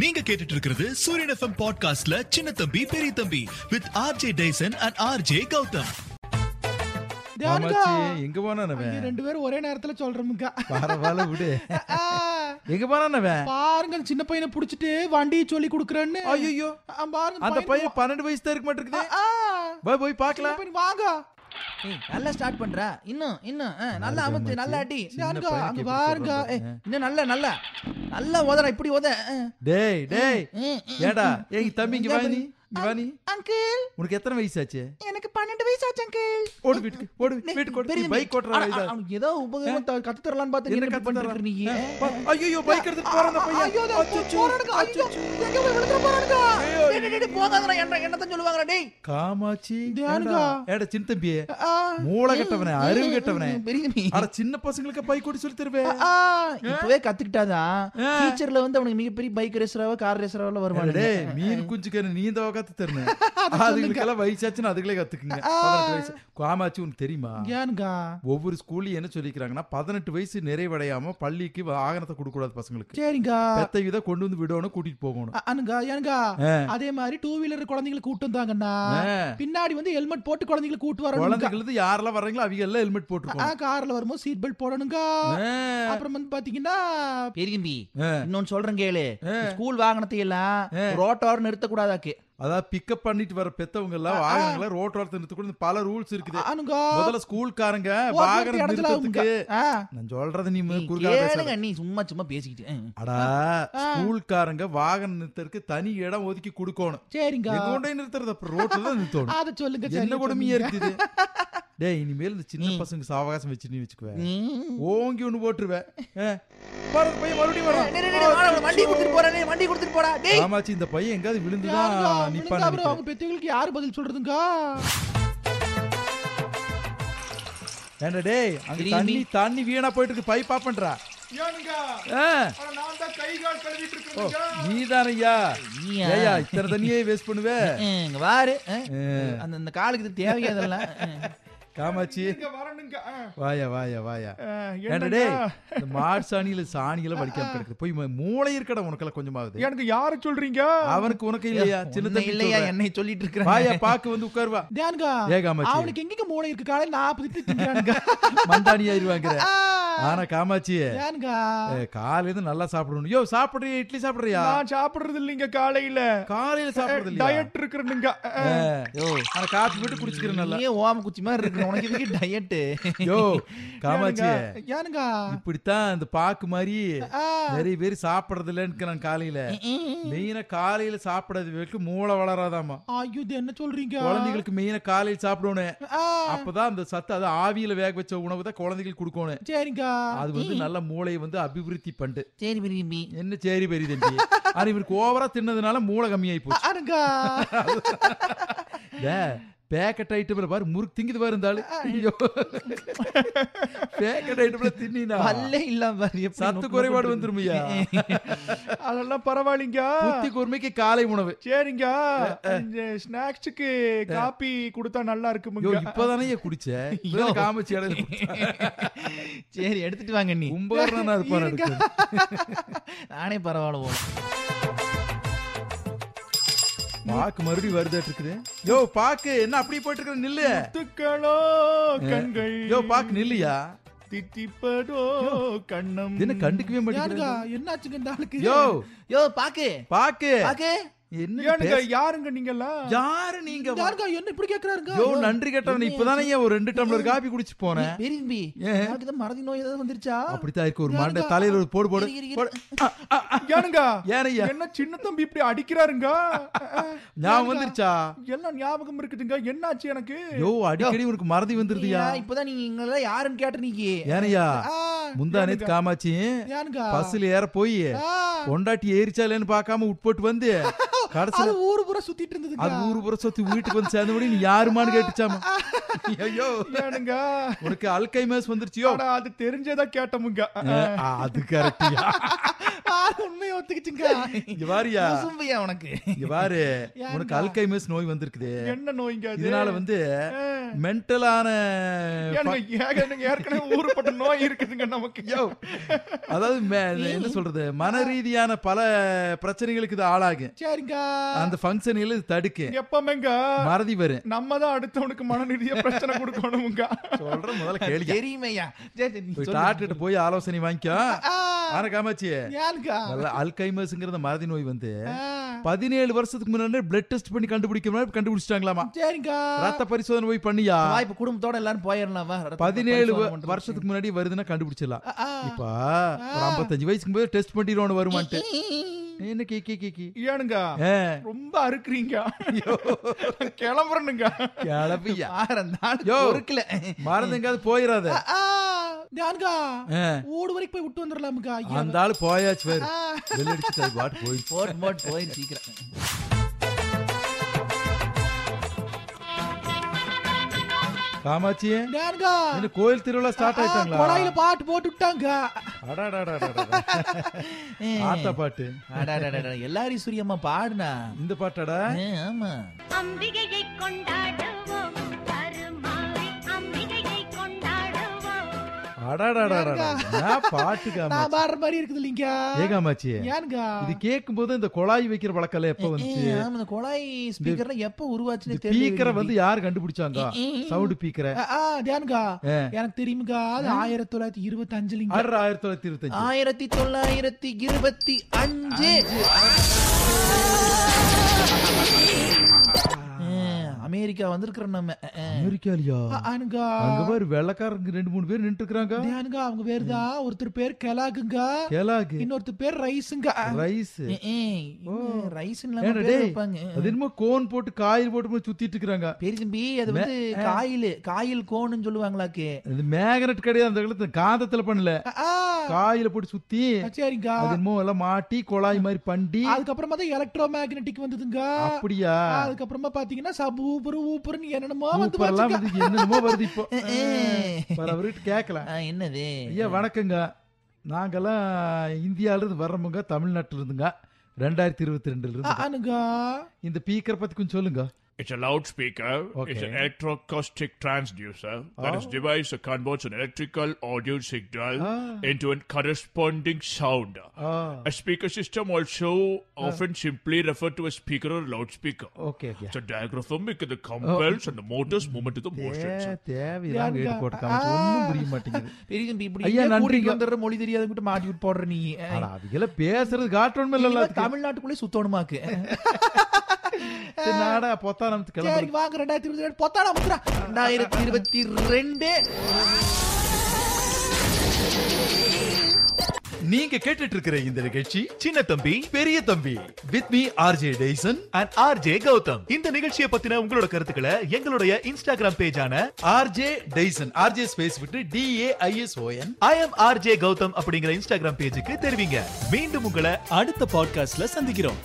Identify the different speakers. Speaker 1: நீங்க கேட்டுட்டு இருக்கிறது சூரியன் எஃப்எம் பாட்காஸ்ட்ல சின்ன தம்பி பெரிய தம்பி with RJ Daison and RJ Gautham
Speaker 2: தேவனுக்கா,
Speaker 3: மாமாச்சி, எங்க போனானவன்
Speaker 2: ஐயோ, ரெண்டு பேரும் ஒரே நேரத்துல சொல்றோமுக்கா
Speaker 3: பரவாயில்ல விடு
Speaker 2: ஆ,
Speaker 3: எங்க போனானவன்
Speaker 2: பாருங்க அந்த சின்ன பையனை புடிச்சிட்டு வண்டியை சொல்லி குடுக்கறேன்னு
Speaker 3: ஐயோ
Speaker 2: ஆ, பாருங்க
Speaker 3: அந்த பையன் பன்னெண்டு வயசு தான் இருக்க மாட்டிருக்குது
Speaker 2: ஆ,
Speaker 3: போய் போய்
Speaker 2: சின்ன
Speaker 3: பார்க்கலாம்
Speaker 2: பையன் வாங்க
Speaker 4: ஏய், நல்லா ஸ்டார்ட் பண்ற இன்னும் இன்னும் ஆ, நல்லா அமுத்து நல்லா அடி
Speaker 3: சின்ன
Speaker 2: தேவனுக்கா,
Speaker 3: பையனுக்கு
Speaker 2: அங்க
Speaker 3: எப்படி
Speaker 2: பாருங்க
Speaker 3: சொல்றது?
Speaker 2: ஏய்,
Speaker 4: ஏய், இன்னும் நல்லா நல்லா நல்லா உதற இப்படி உத ஆ,
Speaker 3: டேய் டேய்
Speaker 4: ம், ம்,
Speaker 3: ஏடா ஏய் தம்பி இங்க
Speaker 4: இங்க
Speaker 3: வா நீ இங்க வா நீ
Speaker 4: அங்கிள்
Speaker 3: உனக்கு எத்தனை வயசு ஆச்சு
Speaker 4: எனக்கு பன்னெண்டு வயசு ஆச்சு அங்கிள்
Speaker 3: ஓடு வீட்டுக்கு ஓடு வீட்டுக்கு ஓடு நீ பைக் ஓட்டுற வயசா
Speaker 4: அவனுக்கு ஏதோ உபயோகம் த- கத்து தரலான்னு பார்த்து
Speaker 3: என்ன
Speaker 4: என்ன
Speaker 3: கத்து
Speaker 4: பண்ணிட்டு
Speaker 3: தர்றான்?
Speaker 4: இருக்க நீ
Speaker 3: ஆ, பா- ஐயையோ, bike எடுத்துட்டு போறான் அந்த பையன்.
Speaker 4: ஐயோ, இதோ
Speaker 3: அச்சச்சோ.
Speaker 4: போறானுங்க, ஐயோ, எங்க போய் விழுந்துற போறானுங்க? டேய், டேய், டேய், போகாதடா, என்ன என்னத்தான் சொல்லுவாங்கடா, டேய்.
Speaker 3: காமாட்சி
Speaker 2: தேவனுக்கா.
Speaker 3: ஏடா, ஏடா சின்ன தம்பி
Speaker 2: ஆ,
Speaker 3: மூளை கட்டவனே அறிவு கட்டவனே
Speaker 4: பெரிய தம்பி.
Speaker 3: அட சின்ன பசங்களுக்கு பைக் ஓட்டி சொல்லி தருவேன்
Speaker 4: ஆ, இப்பவே கத்துக்கிட்டாதான்
Speaker 3: ஆ.
Speaker 4: ஃபியூச்சர்ல வந்து அவனுக்கு மிகப்பெரிய பைக் ரேசராவோ கார் ரேசராவோ வருவானு
Speaker 3: டேய் மீன் குஞ்சுக்கன்னு நீ இந்த கத்து தரணும் அதுகளுக்கெல்லாம் வயசாச்சுன்னு அதுகளே கத்துக்குங்க பதினெட்டு வயசு காமாச்சு உனக்கு தெரியுமா
Speaker 2: ஏனுக்கா
Speaker 3: ஒவ்வொரு ஸ்கூல்லையும் என்ன சொல்லிக்கிறாங்கன்னா பதினெட்டு வயசு நிறைவடையாம பள்ளிக்கு வாகனத்தை கொடுக்க கூடாது பசங்களுக்கு
Speaker 2: சரிங்க
Speaker 3: பெத்த இதை கொண்டு வந்து விடணும் கூட்டிட்டு போகணும்
Speaker 2: ஆ, அனுங்க ஏனுங்க
Speaker 3: ஆ.
Speaker 2: அதே மாதிரி டூ வீலர் குழந்தைங்களை கூட்டு வந்தாங்கன்னா
Speaker 3: ஆ.
Speaker 2: பின்னாடி வந்து ஹெல்மெட் போட்டு குழந்தைங்களை கூட்டு வரணும்
Speaker 3: குழந்தைகளுக்கு யாரெல்லாம் வர்றீங்களோ அவங்க எல்லாம் ஹெல்மெட் போட்டுருக்கோம்
Speaker 2: கார்ல வரும்போது சீட் பெல்ட் போடணுங்க அப்புறம் வந்து பாத்தீங்கன்னா
Speaker 4: பெரிய தம்பி
Speaker 3: ஆ.
Speaker 4: இன்னொன்னு சொல்றேன் கேளு ஸ்கூல் வாகனத்தை எல்லாம் ரோட்டோரம் நிறுத்தக்கூடாதாக்கு
Speaker 3: அதாவது பிக்கப் பண்ணிட்டு வர பெத்தவங்க எல்லாம் வாகனங்களை ரோட்டோரத்தை நிறுத்தக்கூடாது பல ரூல்ஸ் இருக்குது
Speaker 2: அனுங்க
Speaker 3: முதல்ல ஸ்கூல்காரங்க
Speaker 2: ஒரு
Speaker 3: வாகனம்
Speaker 2: இடத்துல அவங்க- ஆ.
Speaker 3: நிறுத்தத்துக்கு நான் சொல்றத நீ
Speaker 4: நீ
Speaker 3: குறுக்கால பேசாத.
Speaker 4: கேளுங்க நீ சும்மா சும்மா பேசிக்கிட்டு ஆ.
Speaker 3: அடா ஸ்கூல்காரங்க வாகன நிறுத்தறதுக்கு தனி இடம் ஒதுக்கி கொடுக்கணும்
Speaker 2: சரிங்க
Speaker 3: எங்கோண்டே நிறுத்துறது அப்புறம் ரோட்ல தான் நிறுத்தணும்
Speaker 2: அத சொல்லுங்க
Speaker 3: என்ன
Speaker 2: சரி,
Speaker 3: கொடுமையா
Speaker 2: சொல்லுங்க.
Speaker 3: இருக்குது டேய் இனிமேல் இந்த சின்ன பசங்க சாவகாசம் வச்சு நீ வச்சுக்குவேன்
Speaker 4: ம்.
Speaker 3: ஓங்கி ஒண்ணு போட்டுருவேன் ஏ, பாரு, பையன் மறுபடியும்
Speaker 4: டேய், டேய், டேய், வாடா, உனக்கு வண்டி கொடுத்துட்டு போறேன் டேய், வண்டி கொடுத்துட்டு போடா டேய்
Speaker 3: வரான் ஆமாச்சி இந்த பையன் எங்காவது விழுந்துதான்
Speaker 2: யாருங்க? விழுந்தா
Speaker 3: நிப்பான்
Speaker 2: அப்புறம்
Speaker 3: நினைக்கிறேன்.
Speaker 2: அவங்க பெத்தவங்களுக்கு யாரு பதில் சொல்றதுங்க
Speaker 3: ஏன்டா டேய் அங்க
Speaker 4: தெரியுமே.
Speaker 3: தண்ணி தண்ணி வீணா போயிட்டு இருக்கு பைப் ஆஃப் பண்றா ஏ, ஓ, நீதானையா
Speaker 4: நீயா?
Speaker 3: ஏயா இத்தனை தண்ணியே வேஸ்ட் பண்ணுவே
Speaker 4: ஆ, இங்க வாரு ஆ. அந்த அந்த காலுக்கு இது தேவையா இதெல்லாம் ஆ.
Speaker 3: காமாச்சி வாயா வாயா வாயா ஏன்டா
Speaker 2: என்னங்க?
Speaker 3: டேய் இந்த மாட்டு சாணியில சாணியில வடிக்காம கிடக்குது போய் ம- மூளை இருக்கடா உனக்கெல்லாம் கொஞ்சமாவது
Speaker 2: எனக்கு யார சொல்றீங்க
Speaker 3: அவனுக்கு உனக்கு இல்லையா சின்ன
Speaker 4: உன்னை
Speaker 3: தம்பி
Speaker 4: இல்லையா
Speaker 3: சொல்றேன்.
Speaker 4: என்னை சொல்லிட்டு இருக்கிறேன்
Speaker 3: வாயா பாக்கு வந்து உட்காருவா
Speaker 2: தேனுங்க
Speaker 3: ஏகாமச்சி.
Speaker 2: அவனுக்கு எங்கங்க மூளை இருக்கு காலை நாற்பது திட்டுங்க
Speaker 3: மந்தாணி ஆயிருவாங்கிற ஆனா காமாச்சி
Speaker 2: தேனுங்க
Speaker 3: ஏ, காலையில இருந்து நல்லா சாப்பிடணும் யோ சாப்பிடுறியா இட்லி சாப்பிடுறியா
Speaker 2: நான் சாப்பிடுறது இல்லைங்க காலையில
Speaker 3: காலையில சாப்பிடுறது இல்லையா
Speaker 2: இருக்கிறனுங்க
Speaker 3: ஏ, ஆனா காப்பி போட்டு குடிச்சுக்கிறேன் நல்லா
Speaker 4: நீயே ஓம குச்சி மாதிரி இருக்கு உனக்கு இதுக்கு டயட்டு
Speaker 3: யோ காமாச்சி
Speaker 2: ஏனுங்க
Speaker 3: இப்படித்தான் இந்த பாக்கு மாதிரி நிறைய பேர் சாப்பிடுறது இல்லைன்னு நான் காலையில மெயினா காலையில சாப்பிடாத வரைக்கும் மூளை வளராதாமா
Speaker 2: ஐயோ இது என்ன சொல்றீங்க
Speaker 3: குழந்தைகளுக்கு மெயினா காலையில் சாப்பிடணும்
Speaker 2: ஆ,
Speaker 3: அப்பதான் அந்த சத்து அது ஆவியில வேக வச்ச உணவு தான் குழந்தைகளுக்கு கொடுக்கணும்
Speaker 2: சரிங்க
Speaker 3: அது வந்து நல்ல மூளையை வந்து அபிவிருத்தி பண்ணு
Speaker 4: சரி விரும்பி
Speaker 3: என்ன சேரி பெரிய தம்பி ஆனா இவருக்கு ஓவரா தின்னதுனால மூளை கம்மியாயி போச்சு
Speaker 2: அனுங்க
Speaker 3: பேக்கெட் ஐட்டம்ல பாரு முறுக்கு திங்குது பாரு இருந்தாலும் பேக்கெட் ஐட்டம்ல தின்னா
Speaker 4: பல்லே இல்லாம பாரு, எப்படி
Speaker 3: சத்து
Speaker 4: நொக்கு
Speaker 3: குறைபாடு
Speaker 4: நொக்குன்னு
Speaker 3: வந்துருமையா
Speaker 2: அதெல்லாம் பரவாயில்லைங்க
Speaker 3: புத்தி கூர்மைக்கு காலை உணவு
Speaker 2: சரிங்க ஸ்நாக்ஸுக்கு காப்பி கொடுத்தா நல்லா
Speaker 3: யோ
Speaker 2: இருக்குமுங்க
Speaker 3: இப்பதானே ஏன் குடிச்ச இப்பதானே காமிச்சு இடையில குடிச்ச.
Speaker 4: இருக்கு. சரி எடுத்துட்டு வாங்க நீ
Speaker 3: கும்பகர்ணனா இருப்பான்
Speaker 2: இருங்க.
Speaker 3: அடுத்து.
Speaker 4: நானே பரவாயில்ல போகலாம்
Speaker 3: பாக்கு மறுபடியும் வருதாட்டு இருக்குது யோ பாக்கு என்ன அப்படி போயிட்டு இருக்கிற நில்லு
Speaker 2: முத்துக்களோ கண்கள்
Speaker 3: யோ பாக்கு நில்லையா
Speaker 2: தித்திப்பதோ கண்ணம்
Speaker 3: இது என்ன கண்டுக்கவே
Speaker 2: யாருங்க
Speaker 3: மாட்டேங்குது
Speaker 2: என்னாச்சுங்க இந்த ஆளுக்கு
Speaker 3: யோ
Speaker 4: யோ பாக்கு
Speaker 3: பாக்கு
Speaker 4: பாக்கு
Speaker 3: என்ன
Speaker 2: யாருங்க
Speaker 3: பேச-
Speaker 2: யாருங்க நீங்களா
Speaker 3: யாரு நீங்க வா-
Speaker 2: யாருங்க என்ன இப்படி கேக்குறாருங்க
Speaker 3: யோ நன்றி கேட்டவன் இப்பதானே ஏன் ஒரு ரெண்டு டம்ளர் காபி குடிச்சு போனேன்
Speaker 4: பெரிய தம்பி
Speaker 3: ஏன்?
Speaker 4: உனக்கு தான் மறதி நோய் ஏதாவது வந்துருச்சா
Speaker 3: அப்படித்தான் இருக்கு ஒரு மாண்ட
Speaker 2: யாருங்க?
Speaker 3: தலையில ஒரு போடு போடு
Speaker 4: இரு, இரு, இரு.
Speaker 3: போடு.
Speaker 2: யாருங்க
Speaker 3: ஏனையா
Speaker 2: என்ன சின்ன தம்பி இப்படி அடிக்கிறாருங்க
Speaker 3: ஞாபகம் வந்துருச்சா
Speaker 2: எல்லாம் ஞாபகம் இருக்குதுங்க என்னாச்சு எனக்கு
Speaker 3: யோ அடிக்கடி உனக்கு மறதி வந்துருதுயா
Speaker 4: ஏன், இப்பதான் நீங்க இவங்கள யாருன்னு கேட்டு நீங்க
Speaker 3: ஏனையா
Speaker 2: ஆ,
Speaker 3: முந்தா நேத்து
Speaker 2: யாருங்க?
Speaker 3: காமாச்சி
Speaker 2: யாருங்க
Speaker 3: பஸ்ல ஏற போய்
Speaker 2: ஆ,
Speaker 3: பொண்டாட்டி ஏறிச்சாலேன்னு பார்க்காம உட்போட்டு வந்து கடைசியில-
Speaker 2: அது ஊரு பூரா சுத்திட்டு இருந்ததுங்க
Speaker 3: அது ஊரு புற சொத்து வீட்டுக்கு வந்து சேர்ந்த நீ யாருமான்னு கேட்டுச்சாமா ஐயோ
Speaker 2: ஏனுங்க
Speaker 3: உனக்கு அல்கைமஸ் வந்துருச்சியோ
Speaker 2: ஆனா அது தெரிஞ்சதா கேட்டோமுங்க
Speaker 3: அஹ், அஹ், அது கரெக்டியா
Speaker 2: அது உண்மையை ஒத்துக்கிச்சுங்க
Speaker 3: இங்க வாரியா
Speaker 2: சும்பியா உனக்கு
Speaker 3: இங்க பாரு
Speaker 2: ஏன்டா?
Speaker 3: உனக்கு அல்கைமஸ் நோய் வந்திருக்குது
Speaker 2: என்ன நோய்ங்க அது
Speaker 3: இதனால வந்து
Speaker 2: அஹ்.
Speaker 3: மென்டலான
Speaker 2: ஏனுங்க, ஏக- எனக்கு ஏற்கனவே ஊருப்பட்ட நோய் இருக்குதுங்க நமக்கு
Speaker 3: அதாவது me- என்ன சொல்றது மன ரீதியான பல பிரச்சனைகளுக்கு இது ஆளாகும்
Speaker 2: சரிங்க
Speaker 3: அந்த ஃபங்க்ஷனில் இது தடுக்கு
Speaker 2: எப்பமேங்க
Speaker 3: மறதி வரும்
Speaker 2: நம்ம தான் அடுத்தவனுக்கு மனநிதிய பிரச்சனை கொடுக்கணுமுங்க
Speaker 3: சொல்ற முதல்ல கேளுங்க
Speaker 2: தெரியுமையா சரி, சரி, நீ
Speaker 3: போய்
Speaker 2: சொல்லு.
Speaker 3: டாக்டர்கிட்ட போய் ஆலோசனை வாங்கிக்கோ
Speaker 2: ஆ,
Speaker 3: ஆனா காமாச்சி
Speaker 2: ஏனுங்க?
Speaker 3: நல்ல அல்கைமஸ்ங்கிறத மறதி நோய் வந்து
Speaker 2: ஆ,
Speaker 3: பதினேழு வருஷத்துக்கு முன்னாடி பிளட் டெஸ்ட் பண்ணி கண்டுபிடிக்க கண்டுபிடிச்சிட்டாங்களாமா
Speaker 2: சரிங்க
Speaker 3: ரத்த பரிசோதனை போய் பண்ணியா
Speaker 4: வா, இப்ப குடும்பத்தோட எல்லாரும் போயிடலாம் வா. ரத்த
Speaker 3: பதினேழு
Speaker 4: பரிசோதனை
Speaker 3: வ-
Speaker 4: பண்றது.
Speaker 3: வருஷத்துக்கு முன்னாடி வருதுன்னா கண்டுபிடிச்சிடலாம்
Speaker 2: ஆ, ஆ.
Speaker 3: இப்ப ஒரு 55 வயசுக்கு போது டெஸ்ட் பண்ணிடுவோம் வருமான்ட்டு என்ன கி கி கி கி
Speaker 2: ஏனுங்க
Speaker 3: ஏ,
Speaker 2: ரொம்ப அறுக்குறீங்க கிளம்புறனுங்க
Speaker 3: கிளப்பியா
Speaker 4: வாரம் தான்
Speaker 3: யோ.
Speaker 4: பொறுக்கல.
Speaker 3: மறந்து எங்காவது போயிடாத
Speaker 2: ஆ, ஏனுங்க?
Speaker 3: ஆ.
Speaker 2: ஊடு வரைக்கும் போய் விட்டு வந்துடலாமுங்க ஐயா.
Speaker 3: அந்த ஆளு போயாச்சு வேறு
Speaker 2: ஆ.
Speaker 3: வெள்ளடிச்சு பாட்டு போயிடுச்சு
Speaker 4: போட்டு, போட்டு, போயிரு சீக்கிரம்.
Speaker 3: காமாட்சியே
Speaker 2: ஏனுங்க?
Speaker 3: என்ன கோயில் திருவிழா ஸ்டார்ட்
Speaker 2: ஆ,
Speaker 3: ஆயிட்டாங்களா
Speaker 2: கொடாயில பாட்டு போட்டு விட்டாங்க
Speaker 3: அடாடாடாடாடா. ஆத்தா பாட்டு
Speaker 4: அடடடடட, எல்லாரையும் சூரியம்மா பாடுனா
Speaker 3: இந்த பாட்டாடா
Speaker 4: ஆ, ஆமா
Speaker 5: அம்பிகையை கொண்டாடுவோம் கருமாவை அம்பிகையை கொண்டாடுவோம்
Speaker 3: அடாடாடாடாடா. நான் பாட்டு
Speaker 2: நான்
Speaker 3: காமாட்சி
Speaker 2: பாடுற மாதிரி இருக்குது இல்லைங்க
Speaker 3: ஏ காமாட்சியே
Speaker 2: ஏனுங்க
Speaker 3: இது கேட்கும் போது இந்த குழாய் வைக்கிற வழக்கம் எப்ப வந்துச்சு
Speaker 4: ஆ, ஆமா, இந்த குழாய் ஸ்பீக்கர்ல எப்ப உருவாச்சுன்னு தெரியல
Speaker 3: பீக்கரை வந்து யார் கண்டுபிடிச்சாங்க சவுண்ட் பீக்கரை
Speaker 2: ஆ, ஆ, தியானுங்க
Speaker 3: ஏ.
Speaker 2: எனக்கு தெரியுமுங்க அது ஆயிரத்தி தொள்ளாயிரத்தி இருபத்தி அஞ்சுலிங்க
Speaker 3: ஆறு ஆயிரத்தி தொள்ளாயிரத்தி இருபத்தஞ்சு
Speaker 4: ஆயிரத்தி தொள்ளாயிரத்தி இருபத்தி அஞ்சு ஆ, அமெரிக்கா வந்திருக்கிறோம் நம்ம ஆ,
Speaker 3: அமெரிக்காலியா
Speaker 2: ஆனுங்க
Speaker 3: அங்க பாரு வெள்ளக்காரங்க ரெண்டு மூணு பேர் நின்று இருக்காங்க
Speaker 2: தியானுங்க அவங்க பேரு தான் ஒருத்தர் பேர் கெலாகுங்க
Speaker 3: கேலாக்கு
Speaker 2: இன்னொருத்தர் பேர் ரைஸுங்க
Speaker 3: ரைஸ்
Speaker 4: ஆ, ஆ, இவங்க ரைஸ் இல்லாம
Speaker 3: ஏன்டா
Speaker 4: பேர்
Speaker 3: டேய்
Speaker 4: வைப்பாங்க.
Speaker 3: அது என்னமோ கோன் போட்டு காயில் போட்டு போய் சுத்திட்டு இருக்காங்க
Speaker 4: பெரிய தம்பி அது வந்து காயில் காயில் கோன்னு சொல்லுவாங்களாக்கு
Speaker 3: இது மேக்னெட் கிடையாது அந்த காலத்துல காந்தத்துல பண்ணல
Speaker 2: ஆ,
Speaker 3: காயில போட்டு சுத்தி
Speaker 2: ஆ, சரிங்க
Speaker 3: அது என்னமோ எல்லாம் மாட்டி குழாய் மாதிரி பண்டி
Speaker 2: அதுக்கப்புறமா தான் எலக்ட்ரோ மேக்னெட்டிக் வந்ததுங்க
Speaker 3: அப்படியா
Speaker 2: அதுக்கப்புறமா பாத்தீங்கன்னா சப் ஊப்பர் ஊப்பர்னு என்னென்னமோ வந்து
Speaker 3: சூப்பர்லாம்
Speaker 2: வச்சுங்க.
Speaker 3: வந்து என்னமோ வருது இப்போ
Speaker 4: ஏ,
Speaker 3: பல அவர்கிட்ட கேட்கல
Speaker 4: ஆ, என்னது
Speaker 3: ஐயா வணக்கங்க நாங்கெல்லாம் இந்தியாவிலிருந்து வர்றவங்க தமிழ்நாட்டில் இருந்துங்க ரெண்டாயிரத்தி இருபத்தி ரெண்டுல
Speaker 2: ஆ,
Speaker 3: இருந்து
Speaker 2: ஆனுங்க
Speaker 3: இந்த பீக்கர் பத்தி கொஞ்சம் சொல்லுங்க
Speaker 6: It's a loudspeaker. It's an
Speaker 3: Okay. Oh.
Speaker 6: electroacoustic transducer that is device that converts an electrical audio signal
Speaker 3: Ah.
Speaker 6: into a corresponding sound.
Speaker 3: Ah
Speaker 6: A speaker system also
Speaker 3: Ah.
Speaker 6: often simply referred to as speaker or loudspeaker.
Speaker 3: Okay okay
Speaker 6: It's a diaphragmic
Speaker 3: Oh.
Speaker 6: that compels and motors movement to the motions.
Speaker 3: தேவையில்லாம
Speaker 2: ஏங்க?
Speaker 3: வீடு போட்டு காமிச்சு ஒன்றும் புரிய மாட்டேங்குது
Speaker 4: பெரிய தம்பி இப்படி
Speaker 3: ஐயா,
Speaker 4: ஏன்
Speaker 3: நன்றிங்க.
Speaker 4: கூட்டிட்டு வந்துடுற மொழி தெரியாதுன்னு மாட்டி விட்டு போடுற நீ ஆ,
Speaker 3: ஆனா அவங்கள பேசுறது காட்டணும் இல்ல
Speaker 4: இவன் தமிழ்நாட்டுக்குள்ளே சுத்தணுமாக்கு
Speaker 3: நாடா பொத்தா நமக்கு
Speaker 2: சரி
Speaker 3: கிளம்புறது
Speaker 2: வாங்க ரெண்டாயிரத்தி இருபத்தி ரெண்டு பொத்தாடா முத்துறா
Speaker 4: ரெண்டாயிரத்தி இருபத்தி ரெண்டு
Speaker 3: நீங்க கேட்டுட்டு இருக்கிற இந்த நிகழ்ச்சி
Speaker 1: சின்ன தம்பி
Speaker 3: பெரிய தம்பி with me RJ Daison
Speaker 1: and RJ Gautham இந்த நிகழ்ச்சியை பத்தின உங்களோட கருத்துக்களை எங்களுடைய இன்ஸ்டாகிராம் பேஜான
Speaker 3: ஆர்ஜே டெய்சன் ஆர்ஜே ஸ்பேஸ் விட்டு D A I S O N
Speaker 1: I M RJ Gautham அப்படிங்கிற இன்ஸ்டாகிராம் பேஜுக்கு தெரிவிங்க மீண்டும் உங்களை அடுத்த பாட்காஸ்ட்ல சந்திக்கிறோம்